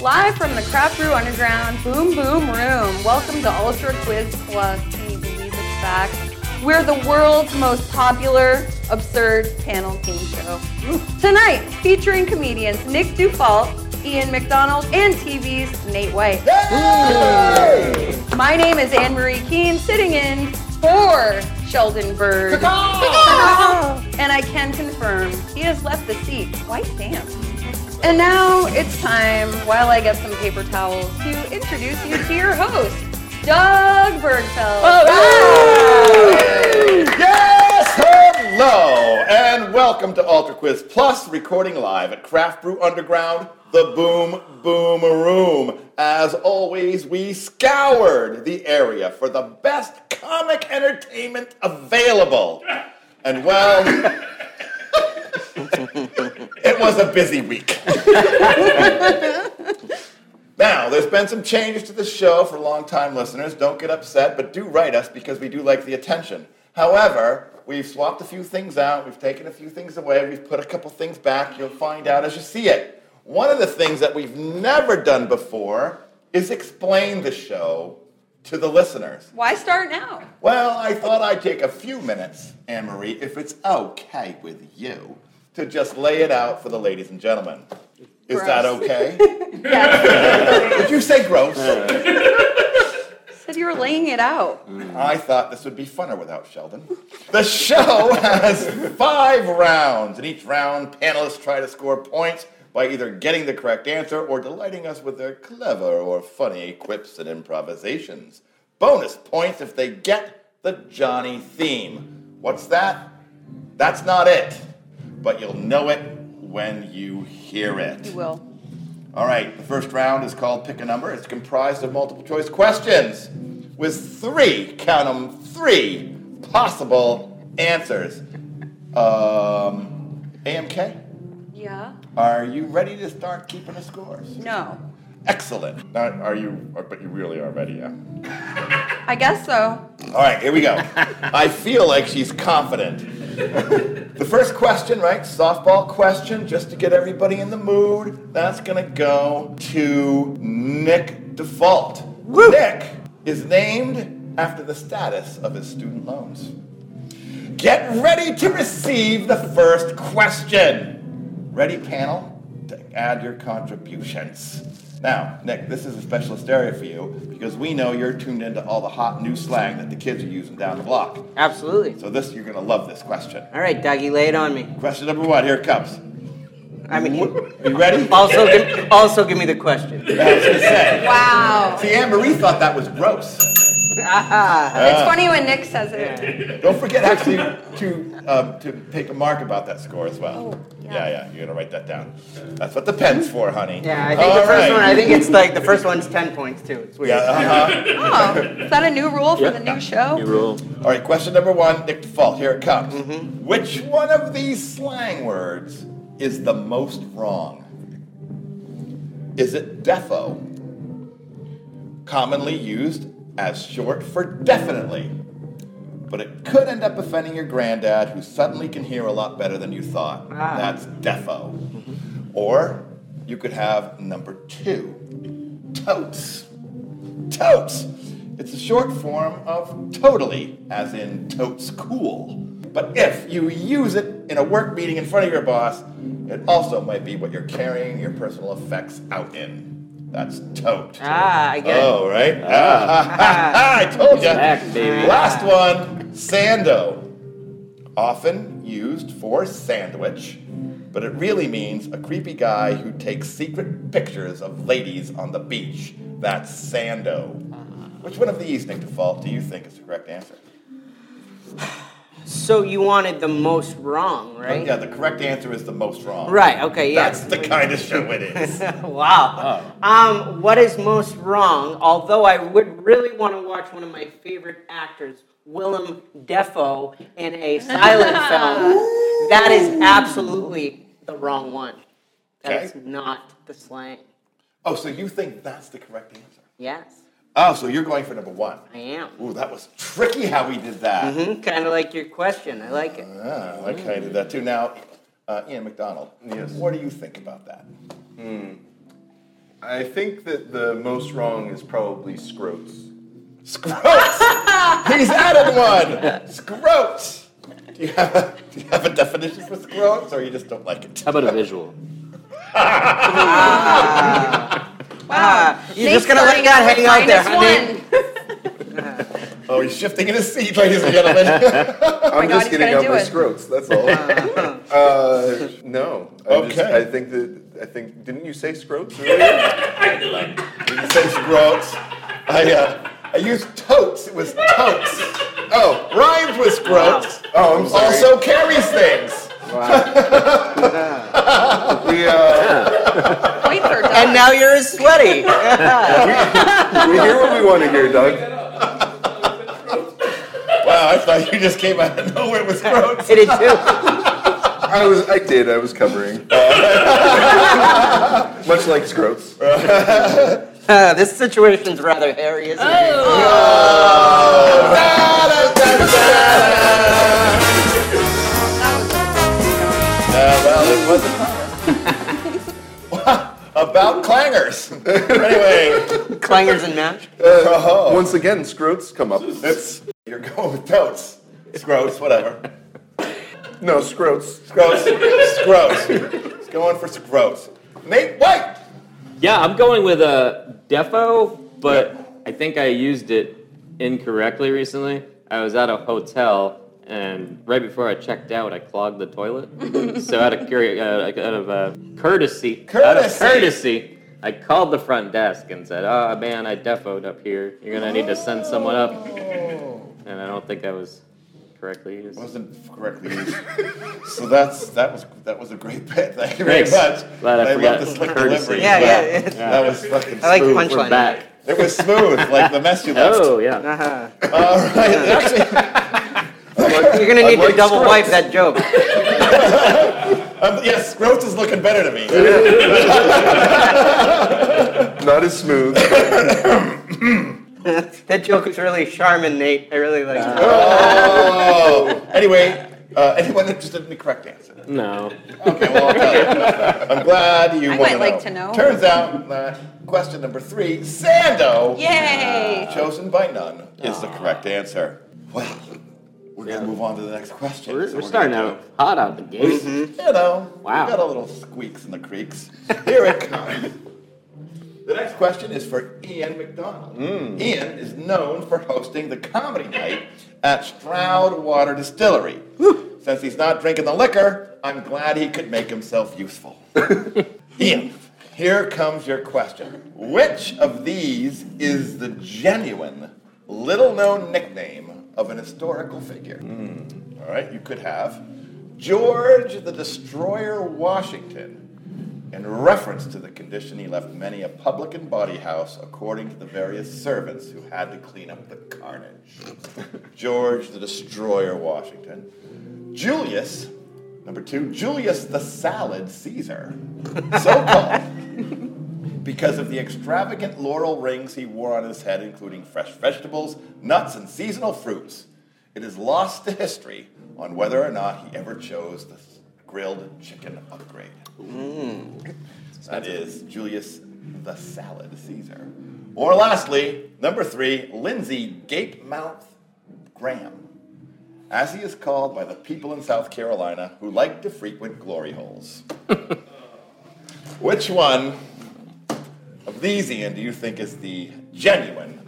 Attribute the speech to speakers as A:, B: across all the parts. A: Live from the Craft Brew Underground Boom Boom Room. Welcome to Ultra Quiz Plus. Can you believe it's back? We're the world's most popular, absurd panel game show. Tonight, featuring comedians Nick Dufault, Ian McDonald, and TV's Nate White. My name is Anne Marie Keene, sitting in for Sheldon Bird. and I can confirm he has left the seat quite damp. And now it's time, while I get some paper towels, to introduce you to your host, Doug Bergfeld.
B: Yes, hello, and welcome to Alter Quiz Plus, recording live at Craft Brew Underground, the Boom Boom Room. As always, we scoured the area for the best comic entertainment available. And well, it was a busy week. Now, there's been some changes to the show for longtime listeners. Don't get upset, but do write us because we do like the attention. However, we've swapped a few things out, we've taken a few things away, we've put a couple things back. You'll find out as you see it. One of the things that we've never done before is explain the show to the listeners.
A: Why start now?
B: Well, I thought I'd take a few minutes, Anne Marie, if it's okay with you, to just lay it out for the ladies and gentlemen. Is that
A: Gross.
B: okay?
A: Yes.
B: Did you say gross?
A: Said you were laying it out.
B: I thought this would be funner without Sheldon. The show has five rounds. In each round, panelists try to score points by either getting the correct answer or delighting us with their clever or funny quips and improvisations. Bonus points if they get the Johnny theme. What's that? That's not it. But you'll know it when you hear it.
A: You will.
B: All right, the first round is called Pick a Number. It's comprised of multiple choice questions with three, count 'em, three possible answers. Um, AMK,
A: Yeah.
B: are you ready to start keeping the scores?
A: No.
B: Excellent. Not, are you, but you really are ready, yeah?
A: I guess so.
B: All right, here we go. I feel like she's confident. the first question, right? Softball question, just to get everybody in the mood. That's gonna go to Nick Default. Nick is named after the status of his student loans. Get ready to receive the first question. Ready, panel, to add your contributions. Now, Nick, this is a specialist area for you because we know you're tuned into all the hot new slang that the kids are using down the block.
C: Absolutely.
B: So this, you're gonna love this question.
C: All right, Dougie, lay it on me.
B: Question number one, here it comes.
C: I mean,
B: Are you ready?
C: also, give, also give me the question.
B: I was gonna say.
A: Wow.
B: See, Anne Marie thought that was gross.
A: It's funny when Nick says it.
B: Don't forget actually to um, to take a mark about that score as well.
A: Oh, yeah.
B: yeah, You're gonna write that down. That's what the pen's for, honey.
C: Yeah, I think the
B: All
C: first
B: right.
C: one. I think it's like the first one's ten points too. It's weird.
B: Yeah. Uh-huh.
A: Oh, is that a new rule for the new
D: You
A: show?
D: rule.
B: All right. Question number one. Nick default. Here it comes. Which one of these slang words is the most wrong? Is it defo? Commonly used as short for definitely. But it could end up offending your granddad who suddenly can hear a lot better than you thought.
C: Ah.
B: That's defo. Or you could have number two, totes. Totes! It's a short form of totally, as in totes cool. But if you use it in a work meeting in front of your boss, it also might be what you're carrying your personal effects out in. That's tote.
C: Ah, I get it.
B: Oh, right? Ah. I told you.
D: Back, baby.
B: Last one, sando. Often used for sandwich, but it really means a creepy guy who takes secret pictures of ladies on the beach. That's sando. Which one of these, Nick Default, do you think is the correct answer?
C: So you wanted the most wrong, right?
B: Yeah, the correct answer is the most wrong.
C: Right. Okay. Yeah.
B: That's the kind of show it is.
C: wow.
B: Oh.
C: Um, what is most wrong? Although I would really want to watch one of my favorite actors, Willem Defoe, in a silent film. That is absolutely the wrong one. That is
B: Okay.
C: not the slang.
B: oh, so you think that's the correct answer?
C: Yes,
B: Oh, so you're going for number one.
C: I Mm-hmm. am.
B: Ooh, that was tricky how we did that.
C: Kind of like your question. I like it.
B: Ah, I kind of did that too. Now, uh, Ian McDonald, yes. what do you think about that?
D: Hmm. I think that the most wrong is probably Scroats.
B: Scroats! He's added one! Scroats! Do you, have a, do you have a definition for scroats, or you just don't like it?
E: How about a visual?
A: Wow.
C: You're just gonna let that hang out there, honey.
A: One.
B: Oh, he's shifting in his seat, ladies and gentlemen.
D: I'm
A: Oh God,
D: just
A: he's
D: gonna
A: gonna do
D: go for
A: it. Uh-huh.
D: Scroats. That's all. uh, no. I just-
B: Okay.
D: I think that I think didn't you say Scroats earlier?
B: you can say scroats. I, uh, I used totes. It was totes. Oh, rhymes with scroats.
D: oh, I'm sorry.
B: Also carries things.
D: we, uh,
A: Points are done.
C: And now you're as sweaty.
D: we hear what we want to hear, Doug.
B: Wow, I thought you just came out of nowhere with scroats.
C: Did it too.
D: I was I did. I was covering. Much like Scroats.
C: Uh, this situation's rather hairy, isn't it?
A: Oh.
B: Uh, well, it was a clanger. About clangers. anyway,
C: Clangers and match.
D: Once again, Scroats come up.
B: it's, you're going with totes. Scroats, whatever.
D: No, Scroats.
B: Scroats. Scroats. He's going for scroats. Nate White.
E: Yeah, I'm going with a defo, but I think I used it incorrectly recently. I was at a hotel, and right before I checked out, I clogged the toilet. so out of curi- uh, like, out of uh, courtesy, out of
B: Courtesy.
E: courtesy, I called the front desk and said, "Ah, man, I defoed up here. You're gonna need to send someone up." And I don't think I was correctly used.
B: Wasn't correctly used. so that's that was that was a great bit. Thank you very
E: Thanks.
B: much.
E: Glad I
B: I love
E: forgot
B: the
E: the
B: slick
E: courtesy.
B: delivery. as
C: Yeah,
B: well.
C: yeah, yeah.
B: That was fucking
C: I like the
B: smooth.
C: punchline.
E: We're back.
B: It was smooth, like the mess you left.
E: Oh yeah.
B: All right. Actually,
C: Uh-huh. You're gonna need to
D: like
C: double
D: Scroats.
C: wipe that joke.
B: um, yes, Gross is looking better to me.
D: Not as smooth.
C: That joke was really charming, Nate. I really liked it.
B: Oh. Anyway, uh, anyone interested in the correct answer?
E: No.
B: Okay, well, I'll tell you. I'm glad you
A: I
B: want
A: might like to know.
B: Turns out, uh, question number three, Sando,
A: Yay.
B: chosen by none, is the correct answer. Well, we're going to move on to the next question.
E: We're,
B: So
E: we're
B: gonna
E: starting
B: do-
E: out hot out the gate.
B: You know,
E: Wow.
B: we got a little squeaks in the creeks. Here it comes. The next question is for Ian McDonald. Ian is known for hosting the comedy night at Stroud Water Distillery. Since he's not drinking the liquor, I'm glad he could make himself useful. Ian, here comes your question. Which of these is the genuine, little known nickname of an historical figure? All right, you could have George the Destroyer Washington in reference to the condition he left many a public and body house according to the various servants who had to clean up the carnage. George the Destroyer Washington. Julius, number two, Julius the Salad Caesar, so called because of the extravagant laurel rings he wore on his head, including fresh vegetables, nuts, and seasonal fruits. It is lost to history on whether or not he ever chose the grilled chicken upgrade. That is Julius the Salad Caesar. Or lastly, number three, Lindsay Gape Mouth Graham, as he is called by the people in South Carolina who like to frequent glory holes. Which one of these, Ian, do you think is the genuine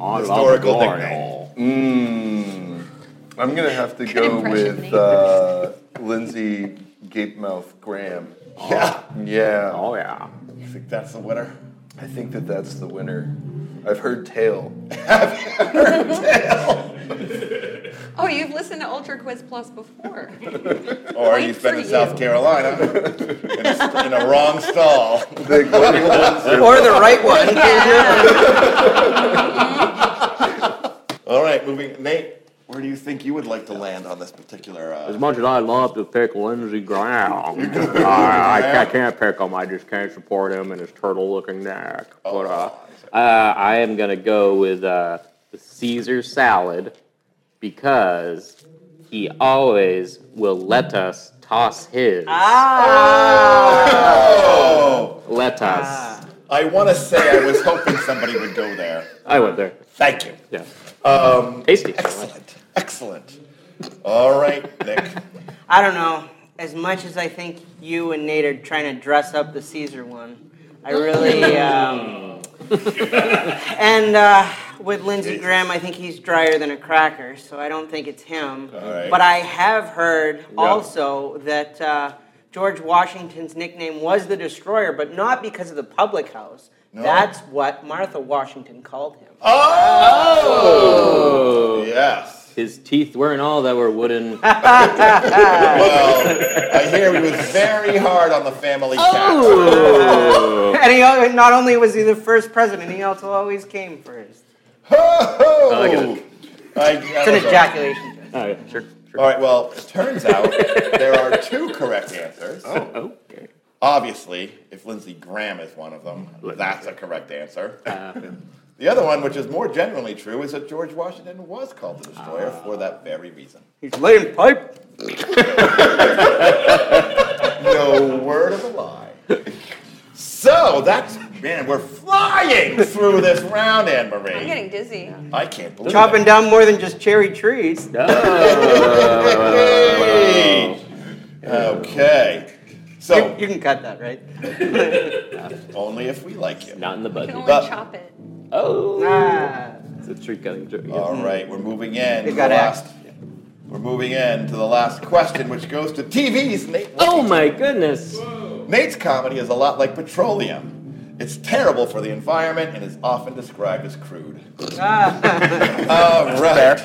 E: On about the
B: historical
E: glory
B: nickname?
D: Hmm. I'm gonna have to go
A: impression,
D: with
A: Nate.
D: uh, Lindsay Gapemouth Graham.
B: Yeah,
D: Yeah,
E: Oh yeah.
B: you think that's the winner?
D: I think that that's the winner. I've heard tale.
A: Oh, you've listened to Ultra Quiz Plus before.
B: Or
A: Point
B: you've been
A: for
B: in South
A: you.
B: Carolina in, a, st- in a wrong stall.
D: The glory ones are-
C: Or the right one.
B: All right, moving. Nate, where do you think you would like to land on this particular?
E: As
B: Uh,
E: much as I love to pick Lindsey Graham, I, I, I can't pick him. I just can't support him and his turtle-looking neck. But uh, uh, I am gonna go with uh, the Caesar salad because he always will let us toss his.
C: Ah.
B: oh,
E: Let us.
B: I I want to say I was hoping somebody would go there.
E: I went there.
B: Thank you.
E: Yeah. Um, Tasty.
B: Excellent. Excellent. All right, Nick.
C: I don't know. As much as I think you and Nate are trying to dress up the Caesar one, I really um, and uh, with Lindsey Graham, I think he's drier than a cracker, so I don't think it's him.
B: Alright.
C: But I have heard also that uh, George Washington's nickname was the Destroyer, but not because of the public house. That's what Martha Washington called him.
B: Oh!
E: Oh,
B: Yes.
E: his teeth weren't all that were wooden.
B: Well, I hear he was very hard on the family tax.
E: Oh.
C: And he al- not only was he the first president, he also always came first.
B: Ho, ho!
E: I get it.
B: I- I
C: It's an
B: don't know.
C: ejaculation.
E: Oh, yeah, sure. sure.
C: Uh,
B: All right, well, it turns out there are two correct answers.
E: Oh. Okay.
B: Obviously, if Lindsey Graham is one of them, that's a correct answer.
E: Uh.
B: the other one, which is more generally true, is that George Washington was called the Destroyer
E: Ah.
B: for that very reason.
C: He's laying pipe.
B: No word of a lie. So that's man, we're flying through this round, Anne
A: I'm
B: Marie.
A: getting dizzy.
B: I can't believe
C: Chopping
B: it.
C: down more than just cherry trees.
B: Hey!
E: Oh.
B: Okay.
C: You,
B: So
C: you can cut that, right?
B: only if we like you.
E: Not in the
A: You can
E: budget.
A: only
B: But-
A: chop it.
E: Oh,
C: Ah.
E: it's a tree cutting joke. yes.
B: All right, we're moving in.
C: It
B: to the
C: got
B: last. We're moving in to the last question, which goes to TV's Nate.
E: Oh my goodness.
B: Nate's comedy is a lot like petroleum. It's terrible for the environment and is often described as crude.
C: Ah.
B: All right.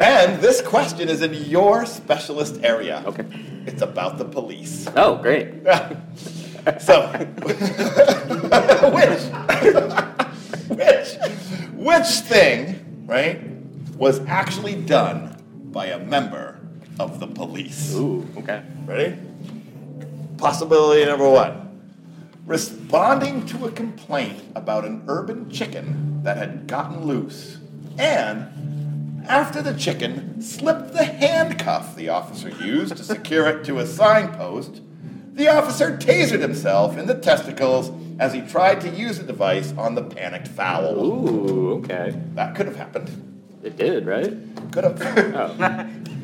B: and this question is in your specialist area.
E: Okay.
B: It's about the police.
E: Oh, great.
B: So, which, which, which thing, right, was actually done by a member of the police?
E: Ooh, okay.
B: Ready? Possibility number one responding to a complaint about an urban chicken that had gotten loose, and after the chicken slipped the handcuff the officer used to secure it to a signpost, the officer tasered himself in the testicles as he tried to use the device on the panicked fowl.
E: Ooh, okay.
B: That could have happened.
E: It did, right?
B: Could have.
E: Oh.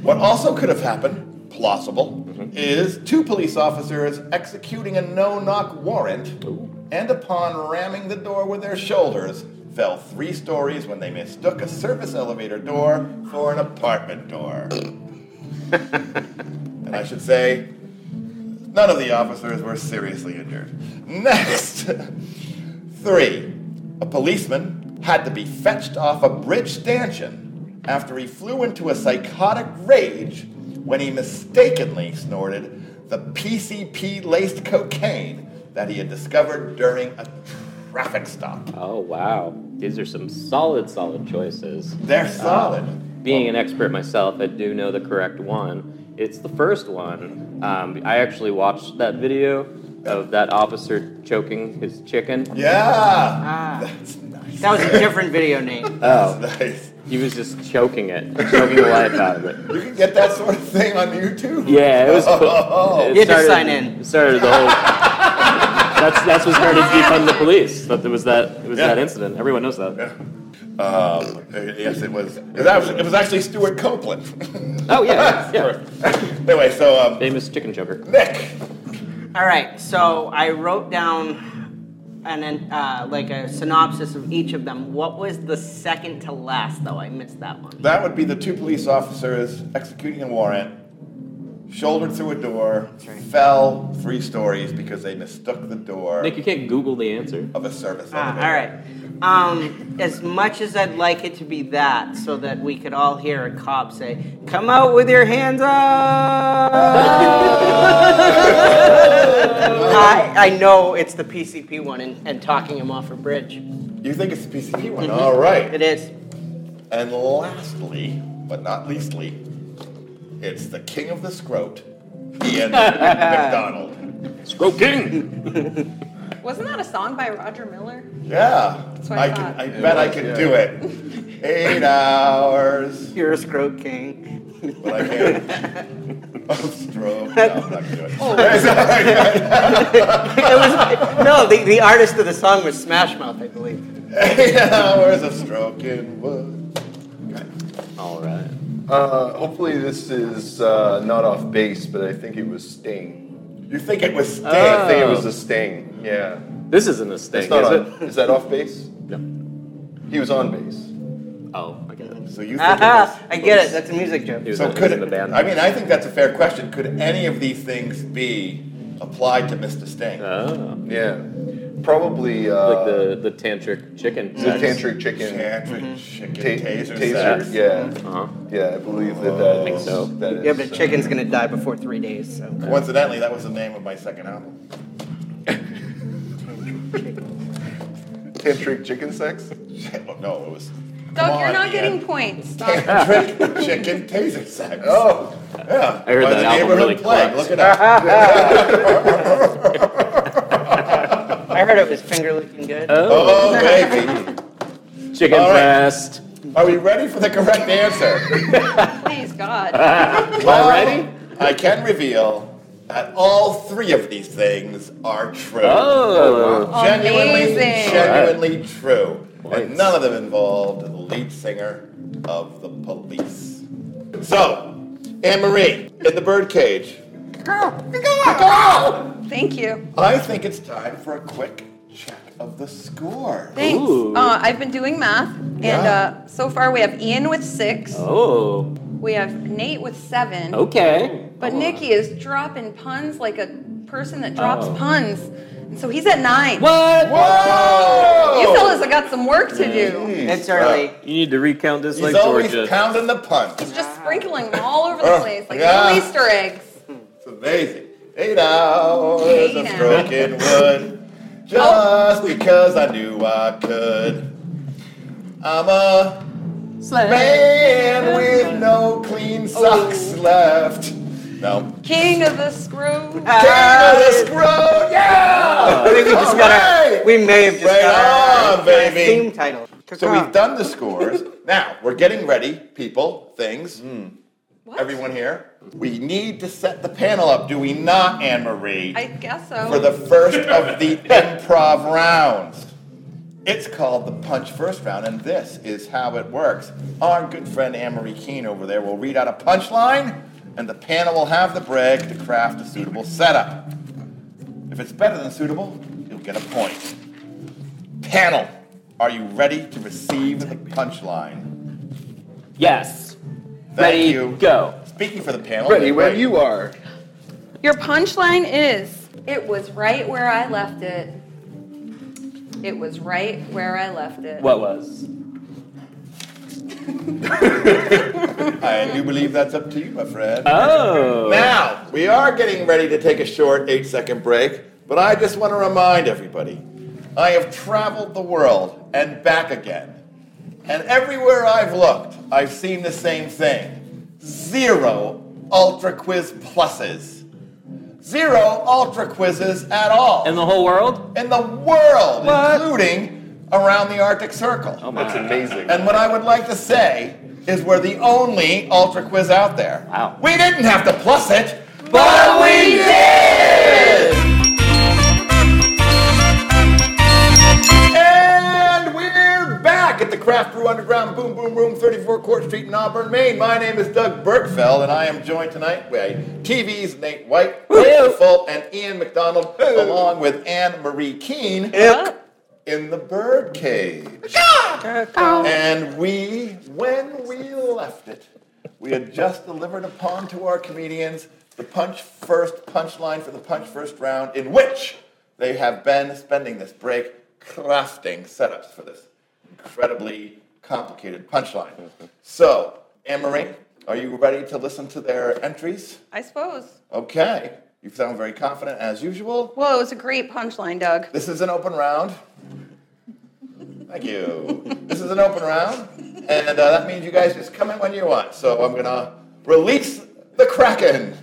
B: What also could have happened, plausible, is two police officers executing a no knock warrant and upon ramming the door with their shoulders, fell three stories when they mistook a service elevator door for an apartment door. and I should say, none of the officers were seriously injured. Next! Three, a policeman had to be fetched off a bridge stanchion after he flew into a psychotic rage when he mistakenly snorted the PCP laced cocaine that he had discovered during a traffic stop.
E: oh, wow. These are some solid, solid choices.
B: They're solid.
E: Being an expert myself, I do know the correct one. It's the first one. Um, I actually watched that video of that officer choking his chicken.
B: Yeah!
C: ah.
B: That's nice.
C: That was a different video name.
E: Oh,
B: That's nice.
E: he was just choking it, choking the life out of it.
B: You can get that sort of thing on YouTube.
E: Yeah, it was cool.
B: Oh,
E: It
C: You had to sign in.
E: it Started the whole. that's that's what started to defund the police. That there was that it was
B: Yeah.
E: that incident. Everyone knows that.
B: Um, yes, it was. That was. It was actually Stuart Copeland.
E: Oh yeah, yeah.
B: anyway, so um,
E: Famous chicken choker.
B: Nick.
C: All right, so I wrote down an, an uh, like a synopsis of each of them. What was the second to last, though? I missed that one.
B: That would be the two police officers executing a warrant, shouldered through a door, fell three stories because they mistook the door
E: Nick, you can't Google the answer.
B: of a service
C: Ah,
B: elevator.
C: all right. Um, as much as I'd like it to be that, so that we could all hear a cop say, "Come out with your hands up." I, I know it's the PCP one and, and talking him off a bridge.
B: You think it's the PCP one? All right.
C: It is.
B: And lastly, but not leastly, it's the king of the scrote, Ian McDonald.
E: Scroll King.
A: Wasn't that a song by Roger Miller?
B: Yeah,
A: what I
B: can.
A: thought.
B: I bet I can do it. Eight hours,
C: You're a scrote king.
B: but I can't. Strobe. No, I'm not gonna do it. Sorry.
C: It was no. The, the artist of the song was Smash Mouth, I believe.
B: yeah, where's a stroke in wood?
E: All right.
D: Uh, hopefully this is uh, not off base, but I think it was Sting.
B: You think it was Sting?
D: I think it was a Sting. Yeah.
E: This isn't a sting,
D: It's not
E: Oh. is
D: on. Is that off base?
E: it? No.
D: He was on base.
E: Oh, I get it.
B: So you think
C: Aha!
B: it
C: Uh-huh. I get it. That's a music joke.
E: He
B: was,
E: was
B: so
E: in- he
B: could
E: was in
B: it,
E: the band.
B: I mean, I think that's a fair question. Could any of these things be applied to Mr. Sting?
E: oh,
D: Yeah. Probably uh,
E: like the the tantric chicken.
D: the
E: sex.
D: tantric chicken.
B: Tantric chicken
D: ta-
B: taser,
D: taser,
B: sex.
D: Yeah.
E: Uh-huh.
D: Yeah, I believe that that
E: think
D: is-
E: so.
D: that is
C: Yeah, but a
D: uh,
C: chicken's gonna die before three days. So.
B: Coincidentally, that was the name of my second album.
D: tantric chicken sex.
B: Shit, well, no, it was.
A: Doug,
B: Come
A: you're
B: on,
A: not
B: Ian.
A: getting points. Stop.
B: Tantric chicken taser sex.
D: Oh,
B: yeah.
E: I heard
B: By
E: that
B: the
E: album
B: neighborhood
E: really
B: plague.
E: clapped.
B: Look it up.
C: I heard it was finger looking good.
E: Oh,
B: Oh, baby.
E: chicken
B: all right.
E: breast.
B: Are we ready for the correct answer?
A: Please, God.
B: Well,
E: Already?
B: I can reveal that all three of these things are true.
E: Oh,
B: Genuinely,
A: Amazing.
B: genuinely true. And
E: Points.
B: none of them involved the lead singer of the police. So, Anne Marie, in the birdcage. Go!
A: Thank you.
B: I think it's time for a quick check of the score.
A: Thanks.
E: Ooh.
A: Uh, I've been doing math, and
B: Yeah.
A: uh, so far we have Ian with six,
E: oh,
A: we have Nate with seven,
B: Oh.
E: okay.
A: but
E: Hold on.
A: Nikki is dropping puns like a person that drops
E: Oh.
A: puns, and so he's at nine.
E: What?
B: Whoa! Hmm.
A: You fellas have got some work to
B: Mm-hmm.
A: do.
C: It's early.
E: You need to recount this
B: He's
E: like
B: always
E: Georgia.
B: pounding the punch.
A: He's just sprinkling them all over the
B: Uh,
A: place like
B: yeah.
A: little Easter eggs.
B: It's amazing. Eight hours of
A: Eight Oh.
B: broken wood. Just because I knew I could. I'm a man with no clean
A: Oh.
B: socks left. No.
A: King of the screw.
C: Ah.
B: King of the screw, yeah!
C: I think we just got our,
B: Alright!
C: we may have just
B: Right
C: got our
B: on, baby.
C: theme title.
B: So we've done the scores. Now, we're getting ready, people, things.
A: Mm. What?
B: Everyone here. We need to set the panel up, do we not, Anne Marie?
A: I guess so.
B: for the first of the improv rounds. It's called the punch first round, and this is how it works. Our good friend Anne-Marie Keene over there will read out a punchline, and the panel will have the break to craft a suitable setup. If it's better than suitable, you'll get a point. Panel, are you ready to receive the punchline?
E: Yes.
B: Thank
E: Ready,
B: you.
E: go.
B: Speaking for the panel,
D: ready
B: they're
D: when you are.
A: Your punchline is it was right where I left it. It was right where I left it.
E: What was?
B: I do believe that's up to you, my friend.
E: Oh.
B: Now, we are getting ready to take a short eight second break, but I just want to remind everybody I have traveled the world and back again. And everywhere I've looked, I've seen the same thing zero Ultra Quiz pluses, zero Ultra Quizzes at all
E: In the whole world?
B: in the world,
E: What?
B: including around the Arctic Circle.
E: Oh my.
D: That's amazing.
B: And what I would like to say is we're the only ultra quiz out there.
E: Wow.
B: We didn't have to plus it, but we did! And we're back at the Craft Brew Underground Boom Boom Room, 34 Court Street in Auburn, Maine. My name is Doug Bergfeld, and I am joined tonight by TV's Nate White, Rachel Folt, and Ian McDonald, along with Anne Marie Keene in the birdcage. And we, when we left it, we had just delivered upon to our comedians the punch first punchline for the punch first round, in which they have been spending this break crafting setups for this incredibly complicated punchline. So, Anne-Marie, are you ready to listen to their entries?
A: I suppose.
B: Okay. You sound very confident as usual.
A: Well, it was a great punchline, Doug.
B: This is an open round. Thank you. this is an open round, and uh, that means you guys just come in when you want. So I'm gonna release the Kraken.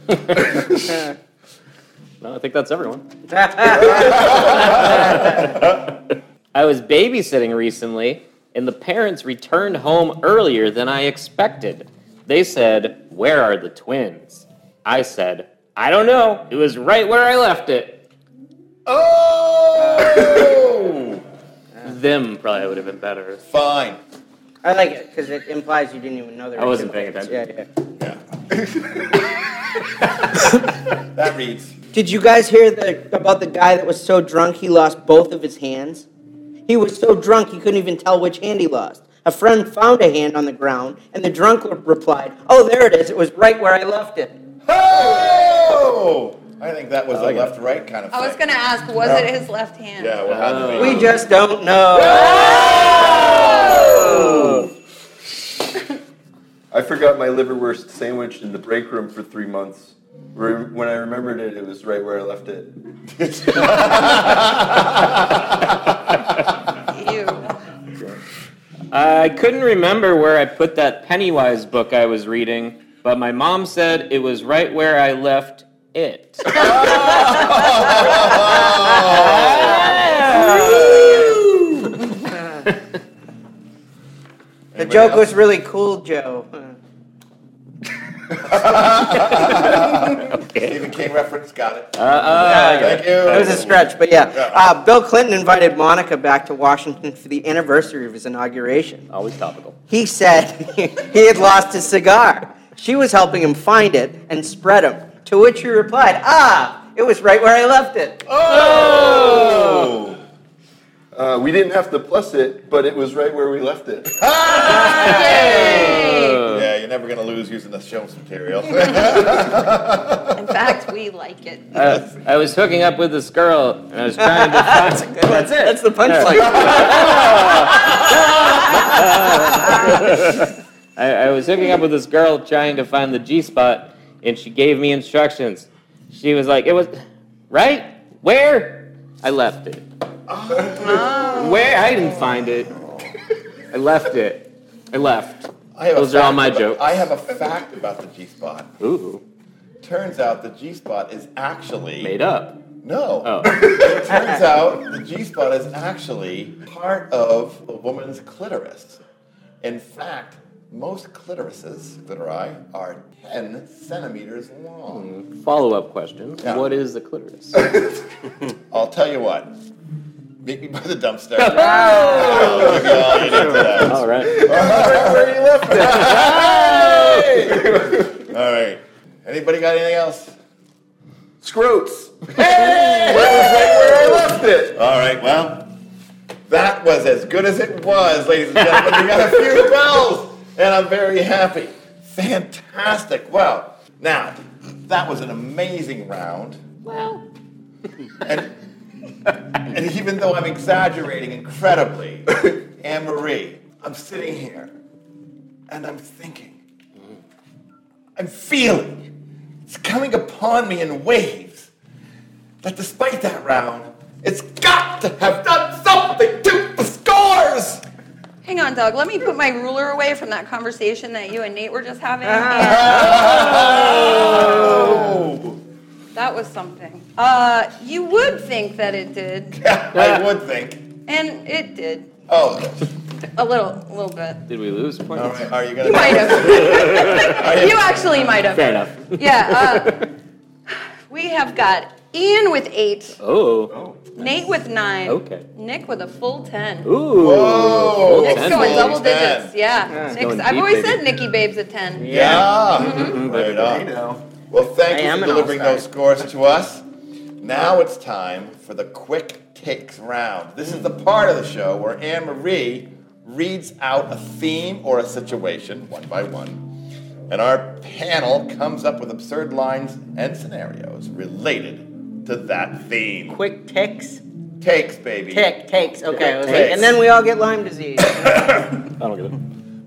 E: No, I think that's everyone. I was babysitting recently, and the parents returned home earlier than I expected. They said, Where are the twins? I said, I don't know. It was right where I left it.
B: Oh!
E: Them probably would have been better.
B: Fine.
C: I like it because it implies you didn't even know there
E: I wasn't
C: two
E: paying
C: plates.
E: attention.
C: Yeah, yeah.
B: Yeah. that reads.
C: Did you guys hear the, about the guy that was so drunk he lost both of his hands? He was so drunk he couldn't even tell which hand he lost. A friend found a hand on the ground, and the drunk re- replied, "Oh, there it is. It was right where I left it."
B: Oh! I think that was a left right kind of
A: I was
B: thing.
A: gonna ask, was
B: No.
A: it his left hand?
B: Yeah, well, how do
C: We just don't know.
D: I forgot my liverwurst sandwich in the break room for three months. Re- When I remembered it, it was right where I left it.
A: Ew.
E: I couldn't remember where I put that Pennywise book I was reading, but my mom said it was right where I left it.
C: The joke was really cool, Joe.
B: Stephen King reference, got it.
C: Uh,
B: Thank you.
C: It was a stretch, but yeah. Uh, Bill Clinton invited Monica back to Washington for the anniversary of his inauguration.
E: Always topical.
C: He said he had lost his cigar. She was helping him find it and spread him. To which he replied, Ah, it was right where I left it.
B: Oh!
D: Uh, we didn't have to plus it, but it was right where we left it.
B: Yeah, you're never gonna lose using the show's material.
A: In fact, we like it.
E: Uh, I was hooking up with this girl, and I was trying to find. that's,
C: That's it. That's the punchline.
E: I, I was hooking up with this girl trying to find the G spot, and she gave me instructions. She was like, "It was right where I left it. Where I didn't find it. I left it. I left.
B: I have a
E: Those are all
B: fact
E: my
B: about-
E: jokes.
B: I have a fact about the G spot.
E: Ooh,
B: Turns out the G spot is actually
E: made up.
B: No.
E: Oh,
B: It turns out the G spot is actually part of the woman's clitoris. In fact, most clitorises, clitori, are 10 centimeters long.
E: follow up question.
B: Yeah.
E: What is the clitoris? Hmm.
B: I'll tell you what. Meet me by the dumpster. I'll give you all you need for
E: all right.
D: right where you left it.
B: that. All right. Anybody got anything else?
D: Scroats. Hey! That was right where I left it.
B: All right. Well, that was as good as it was, ladies and gentlemen. we got a few bells, and I'm very happy. Fantastic. Well, now that was an amazing round. Well, and and even though I'm exaggerating incredibly, Anne Marie, I'm sitting here, and I'm thinking, I'm feeling, it's coming upon me in waves that despite that round, it's got to have done something to the scores!
A: Hang on, Doug. Let me put my ruler away from that conversation that you and Nate were just having.
B: Uh-huh. Oh!
A: And that was something. Uh, you would think that it did,
B: I would think.
A: and it did
B: Oh,
A: a little, a little bit.
E: Did we lose points?
B: all right. Are you
A: You
B: gonna?
A: might have.
B: Are
A: you actually might have.
E: Fair enough.
A: Yeah. Uh, we have got Ian with eight,
E: Oh.
A: Nate with nine,
E: Okay.
A: Nick with a full ten.
E: Ooh.
B: Whoa!
A: Nick's
E: Ten
A: going
E: babes,
A: double
B: ten.
A: digits. Yeah. Nick's,
E: Going
A: I've
E: deep,
A: always
E: baby.
A: said Nikki Babe's a ten.
B: Yeah. Mm-hmm.
E: baby.
B: Right
D: Uh,
B: on. Well, thank
C: I
B: you
C: am
B: for
C: an
B: delivering
C: all-star.
B: those scores to us. Now it's time for the quick takes round. This is the part of the show where Anne Marie reads out a theme or a situation one by one. And our panel comes up with absurd lines and scenarios related to that theme.
C: Quick ticks.
B: Takes, baby.
C: Tick, takes. Okay. I was like,
B: Ticks.
C: and then we all get Lyme disease.
E: I don't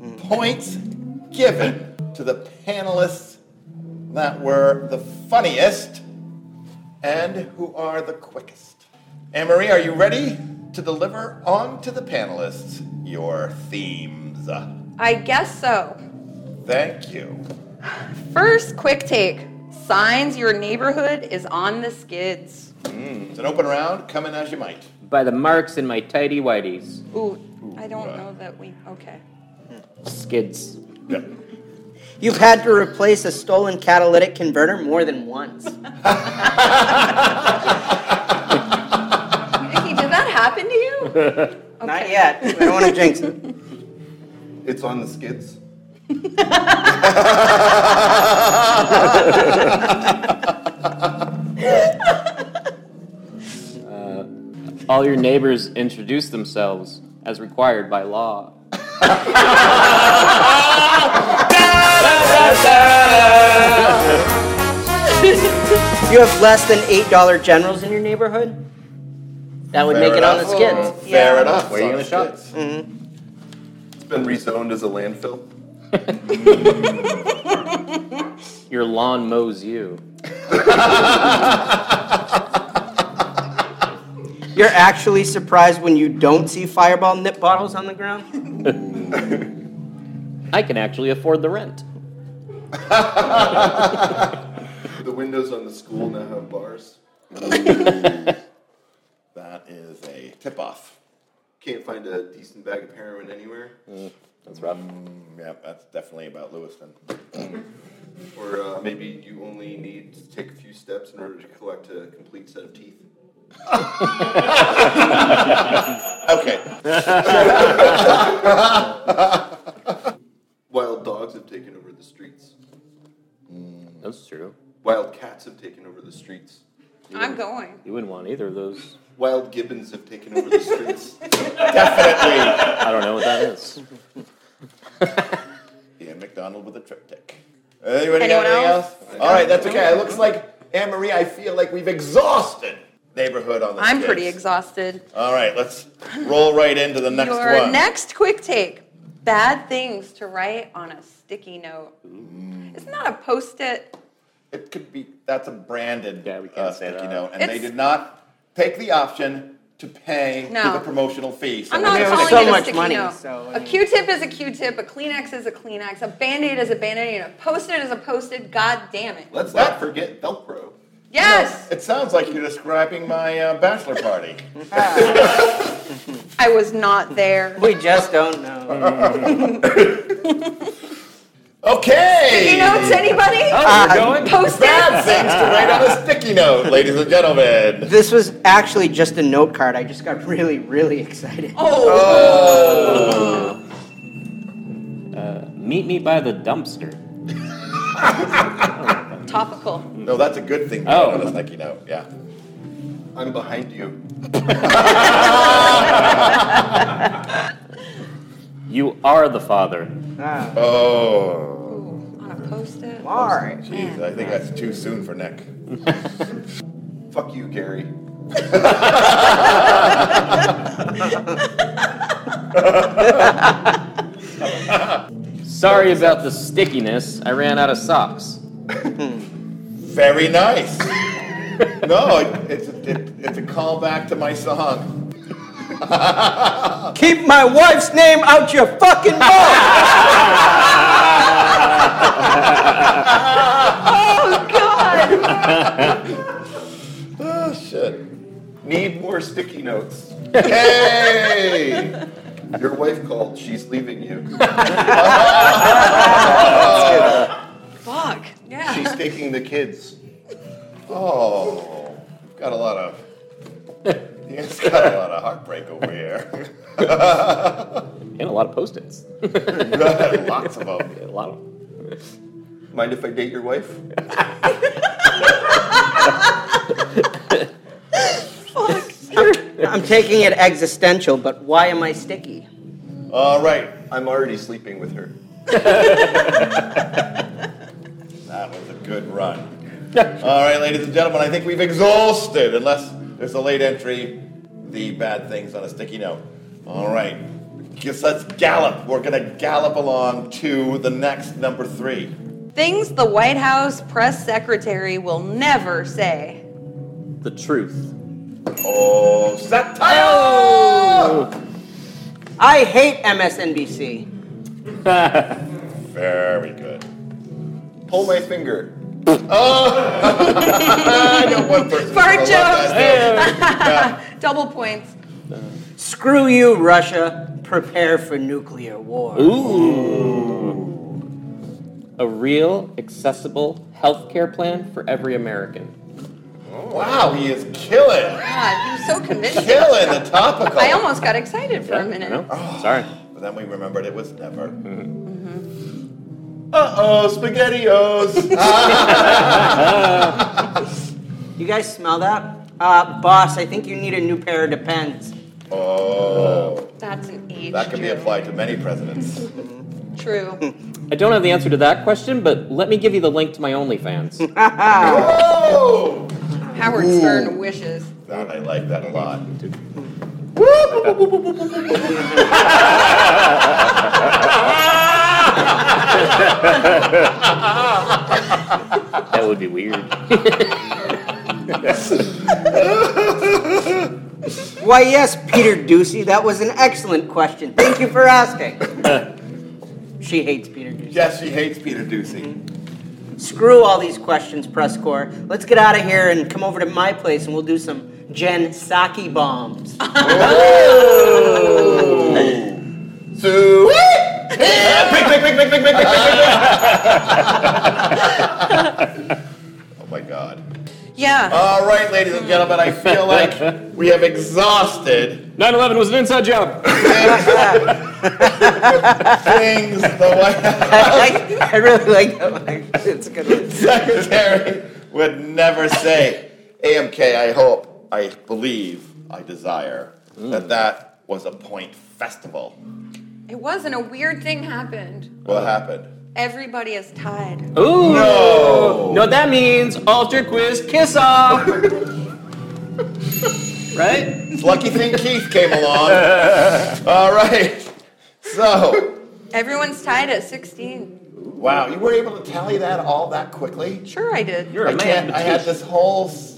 E: get it.
B: points given to the panelists that were the funniest and who are the quickest. Anne Marie, are you ready to deliver onto the panelists your themes?
A: I guess so.
B: Thank you.
A: First quick take. Signs your neighborhood is on the skids.
B: It's an open round, come in as you might.
E: By the marks in my tidy whities.
A: Ooh, I don't know that we okay.
E: Skids.
B: Yep.
C: You've had to replace a stolen catalytic converter more than once.
A: Nikki, did that happen to you?
C: Not yet. I don't want to jinx it.
D: It's on the skids.
E: All your neighbors introduce themselves as required by law.
C: You have less than eight dollar generals in your neighborhood. That would make it on the skids.
A: Oh,
B: Fair
A: yeah.
B: enough.
E: Where you
B: It's
E: gonna
B: on the
E: shop?
C: Mm.
B: skids.
D: It's been rezoned as a landfill.
E: Your lawn mows you.
C: You're actually surprised when you don't see fireball nip bottles on the ground.
E: I can actually afford the rent.
D: The windows on the school now have bars.
B: That is a tip off.
D: Can't find a decent bag of heroin anywhere.
E: That's rough.
B: Yep, that's definitely about Lewiston.
D: Or uh, maybe you only need to take a few steps in order to collect a complete set of teeth.
B: Okay.
D: Wild dogs have taken over the streets.
E: That's true.
D: Wild cats have taken over the streets.
A: I'm going.
E: You wouldn't want either of those.
D: Wild gibbons have taken over the streets.
B: Definitely.
E: I don't know what that is.
B: Yeah, McDonald with a triptych. Anybody got
A: Anyone
B: anything else?
A: else?
B: All right, that's okay. It looks like Anne Marie. I feel like we've exhausted neighborhood on the.
A: I'm
B: skids.
A: pretty exhausted.
B: All right, let's roll right into the next
A: Your
B: one.
A: next quick take bad things to write on a sticky note.
C: Mm.
A: It's not a post it.
B: It could be that's a branded
E: Yeah, we can't
B: uh,
E: say
B: sticky
E: that.
B: note, and they
A: It's-
B: did not take the option to pay
A: No.
B: the promotional fee. So
A: I'm
B: we're
A: not
C: It
B: gonna
C: was
A: calling
C: so
A: it a
C: much
A: sticky
C: money,
A: note.
C: so, I
A: a
C: mean-
A: Q-tip is a Q-tip. A Kleenex is a Kleenex. A Band-Aid is a Band-Aid. And a Post-it is a Post-it. God damn it!
D: Let's not forget Velcro.
A: Yes,
B: It sounds like you're describing my uh, bachelor party.
A: I was not there.
C: We just don't know.
B: Okay.
A: Sticky notes, anybody? Uh,
E: we're going?
B: Oh, Bad
A: Post-it.
B: things to write on a sticky note, ladies and gentlemen.
C: This was actually just a note card. I just got really, really excited.
A: Oh,
E: Meet me by the dumpster.
A: topical.
B: No, that's a good thing to
E: Oh.
B: write on a sticky note. Yeah.
D: I'm behind you.
E: You are the father.
C: Ah,
B: Oh.
A: Ooh, on a Post-it.
C: all right.
B: Jeez, I think that's too soon for Nick.
D: Fuck you, Gary.
E: Sorry about the stickiness. I ran out of socks.
B: Very nice. No, it, it's a, it, it's a callback to my song.
C: Keep my wife's name out your fucking mouth.
A: Oh God!
B: Oh shit.
D: Need more sticky notes.
B: Hey!
D: Your wife called. She's leaving you.
A: Fuck. Yeah.
D: She's taking the kids.
B: Oh, got a lot of. It's got a lot of heartbreak over here.
E: And a lot of post-its.
B: Lots of them.
E: a lot of them.
D: Mind if I date your wife?
C: I'm taking it existential, but why am I sticky?
B: All right,
D: I'm already sleeping with her.
B: that was a good run. All right, ladies and gentlemen, I think we've exhausted, unless there's a late entry, the bad things on a sticky note. All right, guess let's gallop. We're gonna gallop along to the next number three.
A: Things the White House press secretary will never say.
E: The truth.
B: Oh, satire!
C: I hate MSNBC.
B: Very good.
D: Pull my finger.
B: I know one person.
A: Fart
B: who will love
A: joke.
B: that joke.
A: Double points.
C: Screw you, Russia. Prepare for nuclear war.
E: Ooh. a real, accessible healthcare plan for every American.
B: Wow, he is killing,
A: God, you're so convincing.
B: killing the topical.
A: I almost got excited for a minute.
E: No, sorry.
B: But then we remembered it was never. Uh oh, spaghettios.
C: You guys smell that? Uh, boss, I think you need a new pair of depends.
B: oh,
A: That's an age.
B: that can be applied to many presidents.
A: True.
E: I don't have the answer to that question, but let me give you the link to my OnlyFans.
B: Oh,
A: Howard Stern wishes.
B: that, I like that a lot.
E: that would be weird.
C: Why, yes, Peter Ducey, that was an excellent question. Thank you for asking. she hates Peter Ducey.
B: Yes, she hates Peter Ducey.
C: Screw all these questions, press corps. Let's get out of here and come over to my place and we'll do some Gen Saki bombs.
B: So, Yeah, pick, pick, pick, pick, pick, pick, pick, pick, pick. oh my god.
A: Yeah.
B: All right, ladies and gentlemen, I feel like we have exhausted
E: 9 11 was an inside job.
B: things the White
C: I, I really like that one. actually. It's a good one.
B: secretary would never say. AMK, I hope, I believe, I desire that that was a point festival.
A: It was, and a weird thing happened.
E: Oh.
B: What happened?
A: Everybody is tied.
E: Ooh.
B: No.
E: No, that means alter quiz kiss off. right?
B: It's lucky thing Keith came along. All right. So,
A: Everyone's tied at 16.
B: wow, you were able to tally that all that quickly?
A: Sure, I did.
E: You're a
B: I
E: man.
B: can't. I had this whole s-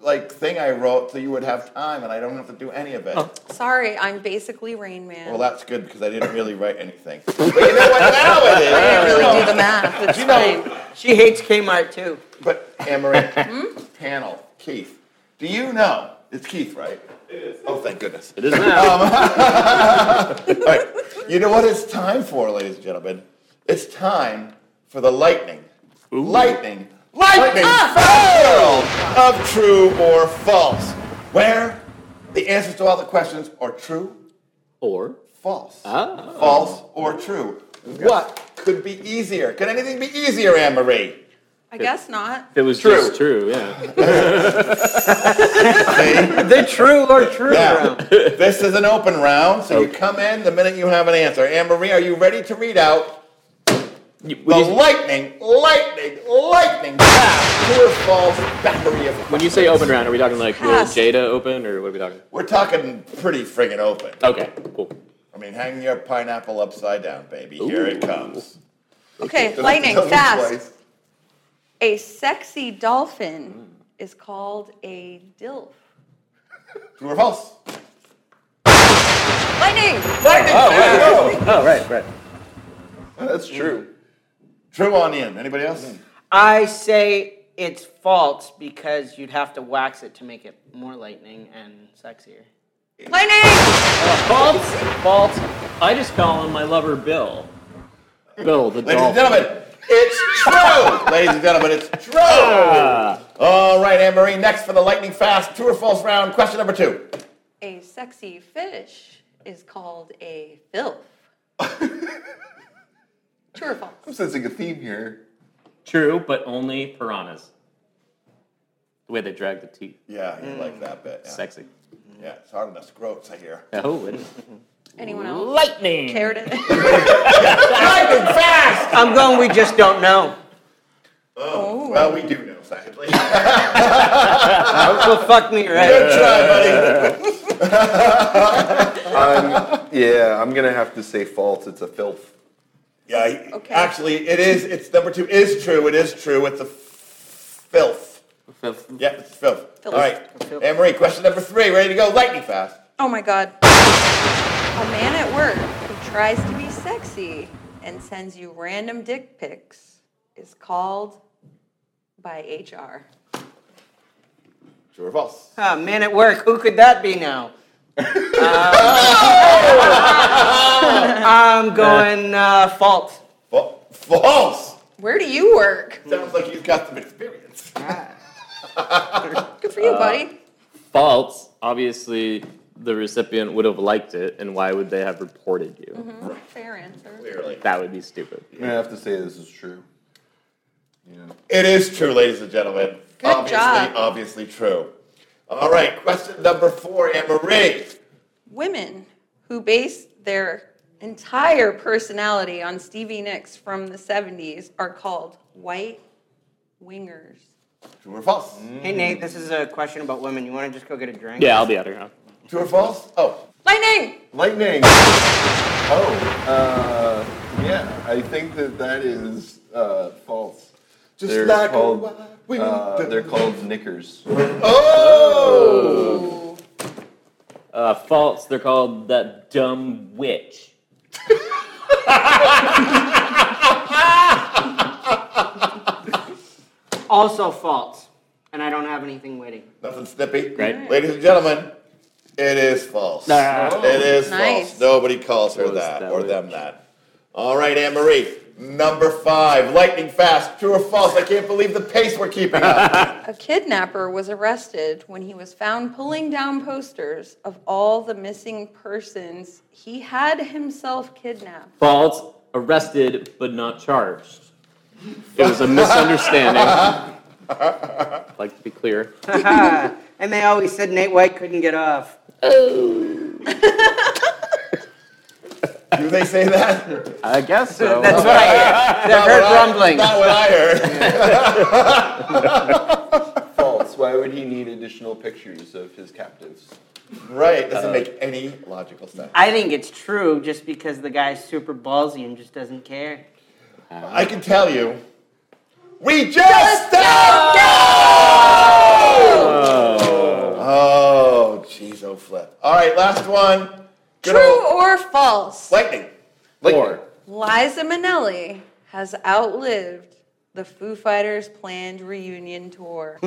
B: like thing I wrote so you would have time, and I don't have to do any of it.
E: Oh.
A: Sorry, I'm basically Rain Man.
B: Well, that's good because I didn't really write anything. But you know what? Now it is.
A: I didn't really do the math. It's
B: You know-
A: fine.
C: She hates Kmart too.
B: But
E: Hmm?
B: Amaranth, panel, Keith. Do you know? It's Keith, right? It is. Oh, thank goodness.
E: It is now.
B: All right. You know what it's time for, ladies and gentlemen? It's time for the lightning. Lightning. Lightning round of true or false, where the answers to all the questions are true
E: or
B: False.
E: Ah.
B: False or true. What could be easier? Could anything be easier, Anne Marie?
A: I guess not.
E: if it was
B: True.
E: just true, yeah.
C: The true or true
B: Yeah.
C: round.
B: this is an open round, so you come in the minute you have an answer. Anne Marie, are you ready to read out the
E: You- When you,
B: lightning, lightning, lightning fast true or false battery of
E: when you say open round, are we talking like little
A: Pass.
E: Jada open or what are we talking?
B: We're talking pretty friggin' open.
E: Okay, cool.
B: I mean, hang your pineapple upside down, baby. Here it comes.
A: Okay, lightning,
B: Tell me
A: fast.
B: twice.
A: A sexy dolphin
B: Mm.
A: is called a dilf.
B: True or false?
A: Lightning!
B: Lightning fast.
E: Oh, right, right.
D: That's true.
B: True on in. Anybody else?
C: I say it's false because you'd have to wax it to make it more lightning and sexier.
A: Lightning!
E: False, false. I just call him my lover Bill. Bill, the
B: Ladies and
E: dolphin.
B: gentlemen, it's true! Ladies and gentlemen, it's true! All right, Anne Marie, next for the lightning fast true or false round. Question number two.
A: A sexy fish is called a filf. True or false?
D: I'm sensing a theme here.
E: True, but only piranhas. The way they drag the teeth.
B: Yeah, you like that bit. Yeah.
E: Sexy.
B: Mm. Yeah, it's hard on the scrotes, I hear.
E: Oh, it is.
A: Anyone else?
E: Lightning!
A: Cared it?
B: lightning fast!
C: I'm going, we just don't know.
B: Oh, well, we do know, sadly. Good
C: Well, fuck me, right?
B: try, buddy.
D: I'm, yeah, I'm gonna have to say false. It's a filth.
B: Yeah, I-
A: Okay.
B: actually, it is, it's number two is true. It is true. It's a f- filth. Yeah, it's filth.
A: Filth.
B: All right.
C: Filth.
B: Anne Marie, question number three. Ready to go? Lightning fast.
A: Oh my god. A man at work who tries to be sexy and sends you random dick pics is called by HR.
B: True or false?
C: Ah, man at work, who could that be now? Uh, I'm going uh, false.
B: Fa- False!
A: Where do you work?
B: Sounds like you've got some experience.
A: Good for you, buddy.
E: False. Obviously, the recipient would have liked it, and why would they have reported you?
A: Fair answer.
B: Clearly.
E: That would be stupid.
D: I'm gonna have to say this is true. Yeah.
B: It is true, ladies and gentlemen.
A: Good
B: obviously,
A: job.
B: obviously true. All right, question number four, Anne Marie.
A: Women who base their entire personality on Stevie Nicks from the 70s are called white wingers.
B: True or false?
C: Hey Nate, this is a question about women. You want to just go get a drink?
E: Yeah, I'll be out of here.
B: True or false? Oh,
A: Lightning!
D: Lightning. Oh, uh, yeah. I think that that is uh, false.
B: Just
D: they're
B: like a
D: called,
B: wild wind.
D: uh, they're called knickers.
B: oh!
E: Uh, false. They're called that dumb witch.
C: Also false. And I don't have anything waiting.
B: Nothing snippy.
E: Great.
B: Ladies and gentlemen, it is false.
E: Ah.
B: It is
A: Nice.
B: false. Nobody calls her
E: Close
B: that,
E: that
B: or
E: way.
B: them that. All right, Anne Marie. Number five, lightning fast, true or false? I can't believe the pace we're keeping up.
A: A kidnapper was arrested when he was found pulling down posters of all the missing persons he had himself kidnapped.
E: False. Arrested but not charged. It was a misunderstanding. I'd like to be clear.
C: Ah, And they always said Nate White couldn't get off.
B: Do they say that?
E: I guess so.
C: That's what I heard. I heard rumbling.
B: Not what I heard.
D: false. Why would he need additional pictures of his captives?
B: right, doesn't make any logical sense.
C: I think it's true just because the guy's super ballsy and just doesn't care.
B: I can tell you, we just don't go! Oh, jeez, oh flip. All right, last one. Good
A: True
B: old
A: or false?
B: lightning.
D: Lightning.
A: Liza Minnelli has outlived the Foo Fighters' planned reunion tour.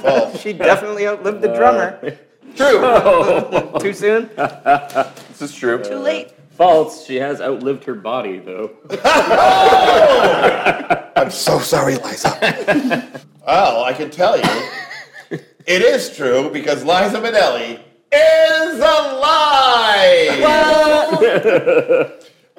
B: False.
C: She definitely outlived the drummer.
D: True.
C: Too soon?
D: this is true.
A: Too late.
E: False. She has outlived her body, though.
B: I'm so sorry, Liza. well, I can tell you, it is true because Liza Minnelli is alive.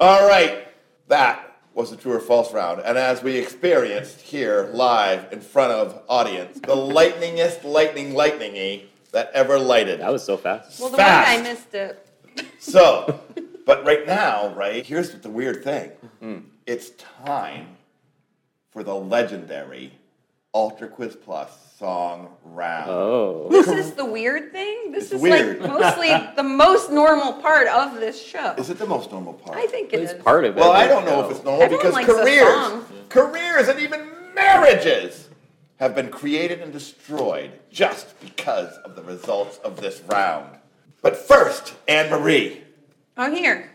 B: All right, that was the true or false round, and as we experienced here live in front of audience, the lightningest lightning lightningy that ever lighted.
E: That was so fast.
A: Well, the one
B: Fast.
A: I missed it.
B: So, but right now, right, here's the weird thing. It's time for the legendary Ultra Quiz Plus song round.
E: Oh.
A: This is the weird thing. This
B: It's
A: is
B: weird.
A: like mostly the most normal part of this show.
B: Is it the most normal part?
A: I think it
E: It's
A: is.
E: part of it.
B: Well, I don't know if it's normal
A: Everyone
B: because
A: likes a
B: careers,
A: song.
B: careers and even marriages have been created and destroyed just because of the results of this round. But first, Anne Marie,
A: I'm Oh, here.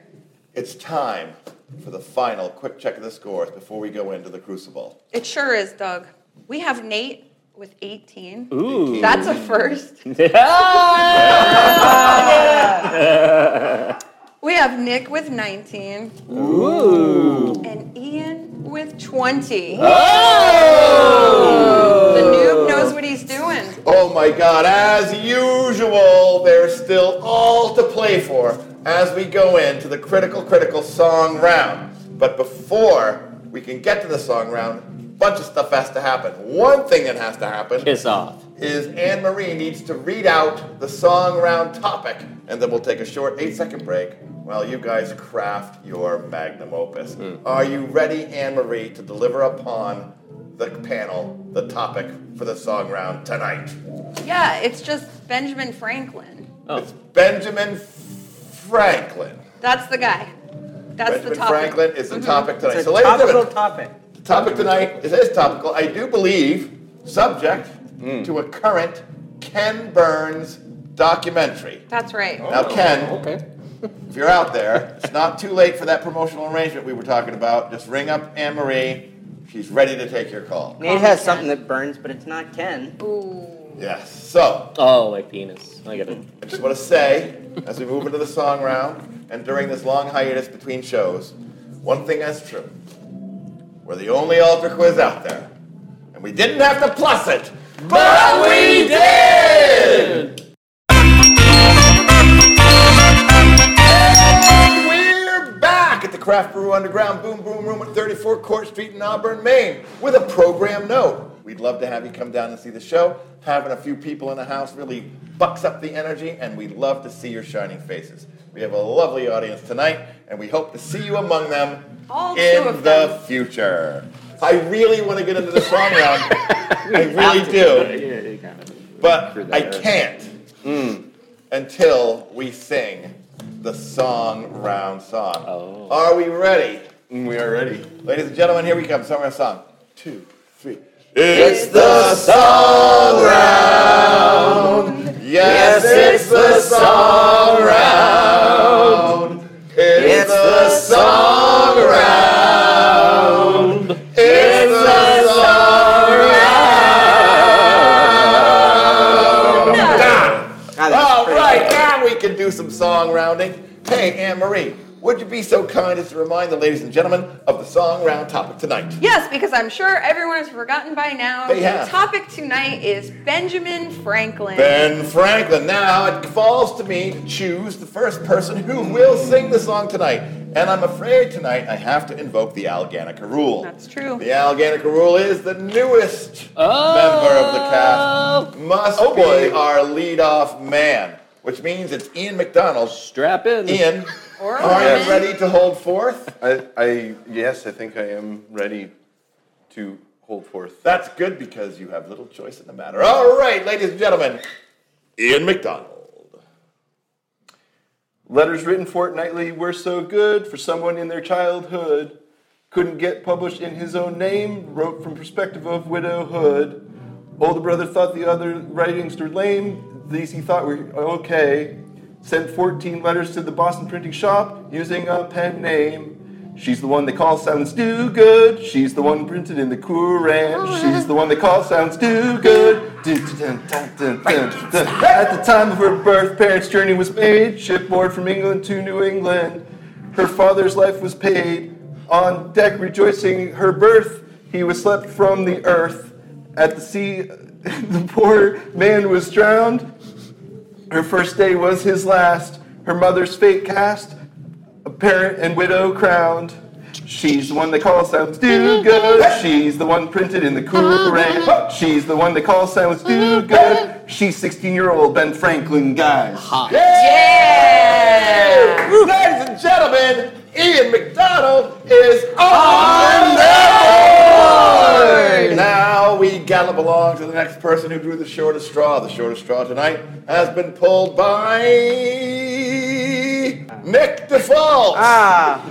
B: it's time for the final quick check of the scores before we go into the crucible.
A: It sure is, Doug. We have Nate with 18.
E: Ooh.
A: That's a first. We have Nick with 19. Ooh. And Ian with
B: Oh!
A: 20. The noob knows what he's doing.
B: Oh my God, as usual, there's still all to play for as we go into the critical, critical song round. But before we can get to the song round, a bunch of stuff has to happen. One thing that has to happen
E: Piss off.
B: is Anne Marie needs to read out the song round topic, and then we'll take a short eight second break while you guys craft your magnum opus. Are you ready, Anne Marie, to deliver upon the panel the topic for the song round tonight?
A: Yeah, it's just Benjamin Franklin.
E: Oh.
B: It's Benjamin Franklin.
A: That's the guy. That's
B: Benjamin
A: the topic.
B: Franklin is the topic tonight.
C: Mm-hmm. It's
B: so,
C: a
B: ladies and gentlemen,
C: topical topic.
B: the topic tonight is, is topical. I do believe subject
E: Mm.
B: to a current Ken Burns documentary.
A: That's right.
B: Now, Ken,
E: Oh, Okay.
B: if you're out there, it's not too late for that promotional arrangement we were talking about. Just ring up Anne Marie. She's ready to take your call.
C: Nate has something that burns, but it's not Ken.
A: Ooh.
B: Yes. So,
E: Oh, my penis. I get it.
B: I just want to say, as we move into the song round, and during this long hiatus between shows, one thing that's true. We're the only altar quiz out there. And we didn't have to plus it, but we did! And we're back at the Craft Brew Underground Boom Boom Room at 34 Court Street in Auburn, Maine, with a program note. We'd love to have you come down and see the show. Having a few people in the house really bucks up the energy, and we'd love to see your shining faces. We have a lovely audience tonight, and we hope to see you among them
A: All two
B: in
A: of
B: the
A: them.
B: future. I really want to get into the song round. I really do.
E: Yeah, you kind of-
B: But
E: Through that
B: I
E: era.
B: can't Hmm. until we sing the song round song.
E: Oh.
B: Are we ready?
D: Mm, We are ready.
B: Ladies and gentlemen, here we come. Song round song. Two, three.
A: It's the
B: song round. Yes, it's the song round. It's the song round. It's the song round.
C: Now that's
B: All
C: pretty
B: right,
C: good.
B: now we can do some song rounding. Hey, Anne Marie, would you be so kind as to remind the ladies and gentlemen of the song round topic tonight?
A: Yes, because I'm sure everyone has forgotten by now.
B: They have.
A: The topic tonight is Benjamin Franklin.
B: Ben Franklin. Now it falls to me to choose the first person who will sing the song tonight. And I'm afraid tonight I have to invoke the Alleganica rule.
A: That's true.
B: The Alleganica rule is the newest member of the cast must
D: Oh, boy.
B: be our leadoff man, which means it's Ian McDonald.
E: Strap in.
B: Ian,
A: Or
B: are
A: women.
B: you ready to hold forth?
D: I, I yes, I think I am ready to hold forth.
B: That's good because you have little choice in the matter.
D: Ah,
B: All right, ladies and gentlemen, Ian McDonald.
D: Letters written fortnightly were so good for someone in their childhood. Couldn't get published in his own name, wrote from perspective of widowhood. Older brother thought the other writings were lame, these he thought were okay. Sent 14 letters to the Boston printing shop using a pen name. She's the one they call sounds too good. She's the one printed in the Courant. She's the one they call sounds too good. Dun, dun, dun, dun, dun, dun, dun. At the time of her birth, parents' journey was made, shipboard from England to New England. Her father's life was paid. On deck, rejoicing her birth, he was slept from the earth. At the sea, the poor man was drowned. Her first day was his last. Her mother's fate cast, a parent and widow crowned. She's the one they call sounds do good. She's the one printed in the Courant. She's the one they call sounds do good. She's 16 year old Ben Franklin, guys.
A: Yeah!
B: Ladies and gentlemen, Ian McDonald is on the board! Now we gallop along to the next person who drew the shortest straw. The shortest straw tonight has been pulled by Nick Default.
C: Ah,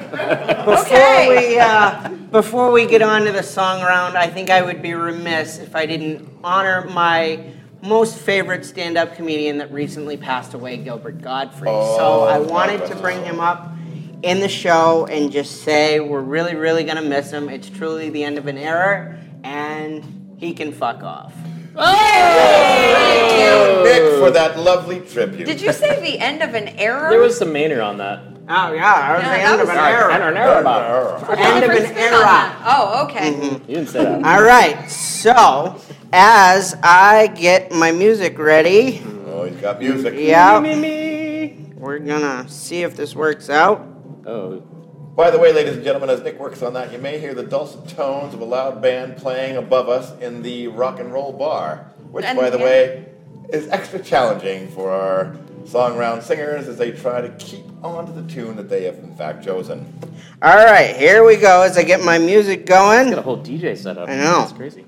C: before
A: Okay.
C: we uh, before we get on to the song round, I think I would be remiss if I didn't honor my most favorite stand-up comedian that recently passed away, Gilbert Godfrey. so I wanted to bring him up in the show and just say we're really, really gonna miss him. It's truly the end of an era, and he can fuck off.
B: Thank you, Nick, for that lovely tribute.
A: Did Oh, you say the end of an era?
E: There was some manner on that.
C: Oh yeah, I was
A: Yeah,
C: the
A: that
C: end of
A: was-
C: an
E: All right,
C: era.
E: manner, manner about it.
C: End of an
A: Different spin on
C: era.
A: that. Oh, okay.
B: Mm-hmm.
E: You didn't say that.
C: All right, so as I get my music ready,
B: oh, he's got music.
C: yeah, we're gonna see if this works out.
E: Oh,
B: By the way, ladies and gentlemen, as Nick works on that, you may hear the dulcet tones of a loud band playing above us in the rock and roll bar, which,
A: And-
B: by the way, is extra challenging for our song round singers as they try to keep on to the tune that they have, in fact, chosen.
C: All right, here we go. As I get my music
E: got a
C: going,
E: whole DJ setup.
C: I know.
E: It's crazy.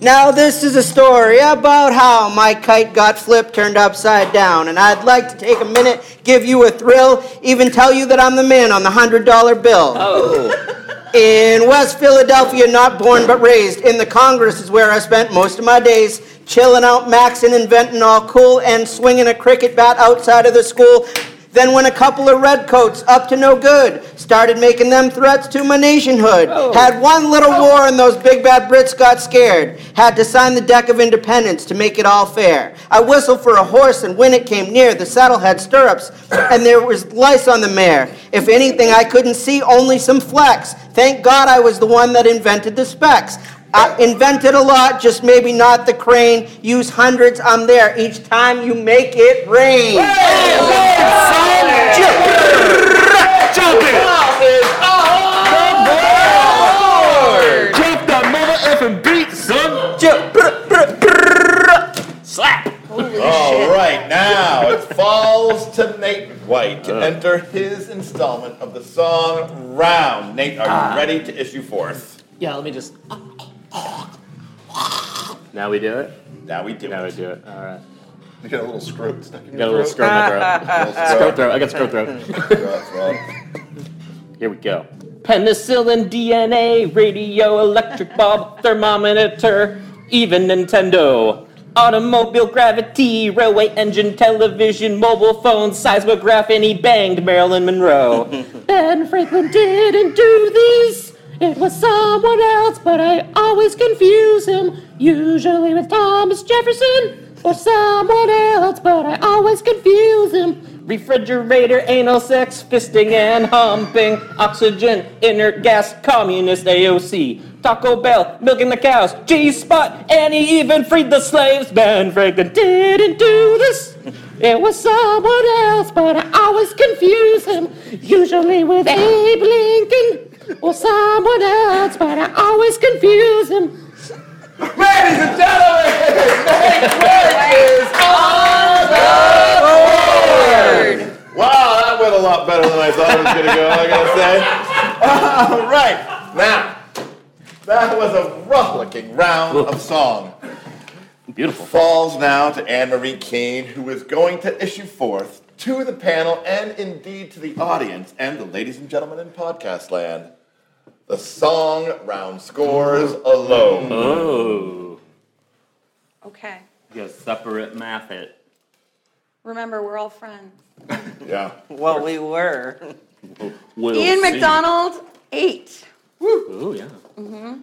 C: now this is a story about how my kite got flipped, turned upside down, and I'd like to take a minute, give you a thrill, even tell you that I'm the man on the hundred dollar bill.
E: Oh,
C: In West Philadelphia, not born but raised. In the Congress is where I spent most of my days. Chilling out, maxing, inventing all cool, and swinging a cricket bat outside of the school. Then when a couple of redcoats up to no good Started making them threats to my nationhood. Had one little war and those big bad Brits got scared. Had to sign the Deck of Independence to make it all fair. I whistled for a horse and when it came near, the saddle had stirrups and there was lice on the mare. If anything, I couldn't see only some flecks. Thank God I was the one that invented the specs. I invented a lot, just maybe not the crane. Use hundreds, I'm there each time you make it rain.
E: Jump it!
A: Lord.
E: Jump the mother effing beat, son!
C: Ju- brr, brr, brr.
E: Slap!
B: All right, now it falls to Nate White
E: Uh.
B: to enter his installment of the song round. Nate,
E: Ah.
B: are you ready to issue forth?
E: Yeah, let me just. Now we do it?
B: Now we do
E: Now we
B: it.
E: do it. Alright.
B: You got a little scrote stuck in
E: Got
B: your
E: a little
B: throat.
E: scrub in my throat.
B: Little
E: Scrub
B: scrote.
E: throat. I got scrub throat.
B: That's right.
E: Here we go. Penicillin, DNA, radio, electric bulb, thermometer, even Nintendo. Automobile gravity, railway engine, television, mobile phone, seismograph, and he banged Marilyn Monroe. ben Franklin didn't do these. It was someone else, but I always confuse him. Usually with Thomas Jefferson or someone else, but I always confuse him. Refrigerator, anal sex, fisting and humping, oxygen, inert gas, communist AOC, Taco Bell, milking the cows, G Spot, and he even freed the slaves. Ben Franklin didn't do this. It was someone else, but I always confuse him. Usually with Abe Lincoln or someone else, but I always confuse him.
B: Ladies and gentlemen, wow, that went a lot better than I thought it was gonna go. I gotta say. All right, now that was a rough-looking round of song.
E: Beautiful.
B: Falls now to Anne Marie Keene, who is going to issue forth to the panel and indeed to the audience and the ladies and gentlemen in podcast land the song round scores alone.
E: Oh.
A: Okay.
E: You separate math it.
A: Remember, we're all friends.
B: Yeah.
C: Well, we were.
E: We'll
A: Ian
E: see.
A: McDonald, eight.
E: Ooh, yeah.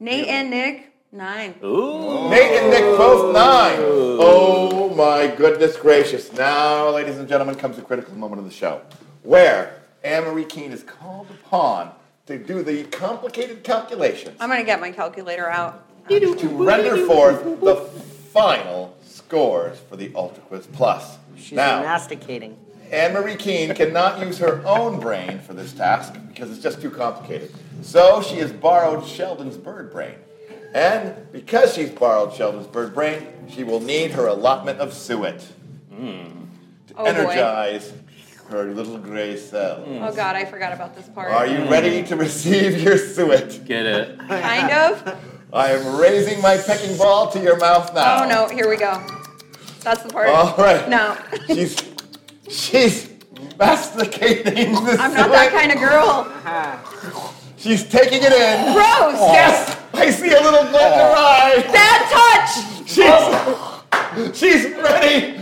A: Nate and Nick, nine.
E: Ooh.
B: Nate and Nick both nine. Oh my goodness gracious. Now, ladies and gentlemen, comes the critical moment of the show where Anne Marie Keene is called upon to do the complicated calculations
A: I'm gonna get my calculator out.
B: to render forth the final scores for the Ultra Quiz Plus.
C: She's
B: Now,
C: masticating.
B: Anne Marie Keene cannot use her own brain for this task because it's just too complicated. So she has borrowed Sheldon's bird brain. And because she's borrowed Sheldon's bird brain, she will need her allotment of suet to
A: Oh, boy.
B: energize her little gray cell.
A: Oh God, I forgot about this part.
B: Are you ready to receive your suet?
E: Get it.
A: Kind of.
B: I am raising my pecking ball to your mouth now.
A: Oh no, here we go. That's the part.
B: All right.
A: No,
B: She's she's masticating the
A: I'm not that
B: suet.
A: kind of girl.
B: She's taking it in.
A: Gross.
B: Yes! I see a little glint in her eye.
A: Bad touch.
B: She's,
E: Oh.
B: she's ready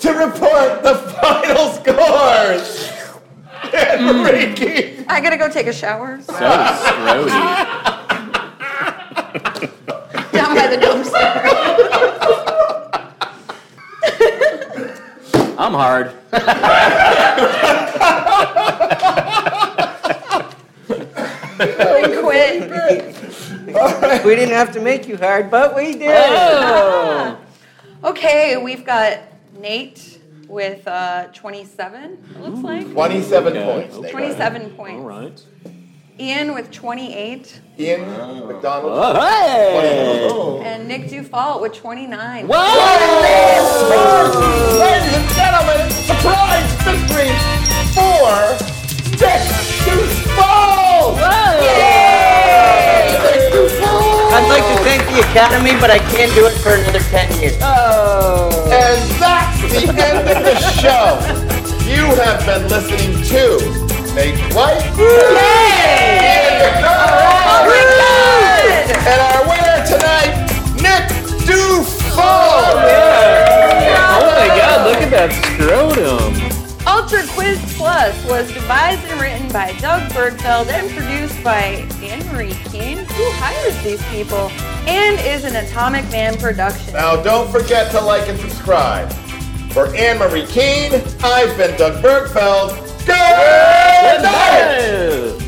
B: to report the final scores.
E: Hmm.
B: And Ricky.
A: I gotta go take a shower.
E: So scrody.
A: Down by the dumpster.
E: I'm hard.
A: and quit.
C: We didn't have to make you hard, but we did.
E: Oh.
A: Okay, we've got Nate with uh, 27. It looks like
B: 27
E: Okay.
B: points. Nate.
A: 27 points.
E: All right.
A: Ian with 28,
B: Ian McDonald.
E: Oh, hey!
A: and Nick Dufault with 29.
B: Ladies and gentlemen, surprise victory for Dick Dufault! Dick Dufault!
C: I'd like to thank the Academy, but I can't do it for another 10 years.
B: And that's the end of the show. You have been listening to Make White.
A: Good!
B: And our winner tonight, Nick Dufour.
E: Oh my god, look at that scrotum.
A: Ultra Ultra Quiz Plus was devised and written by Doug Bergfeld and produced by Anne-Marie Keene, who hires these people, and is an Atomic Man production.
B: Now, don't forget to like and subscribe. For Anne Marie Keene, I've been Doug Bergfeld. Good night!
E: Hey!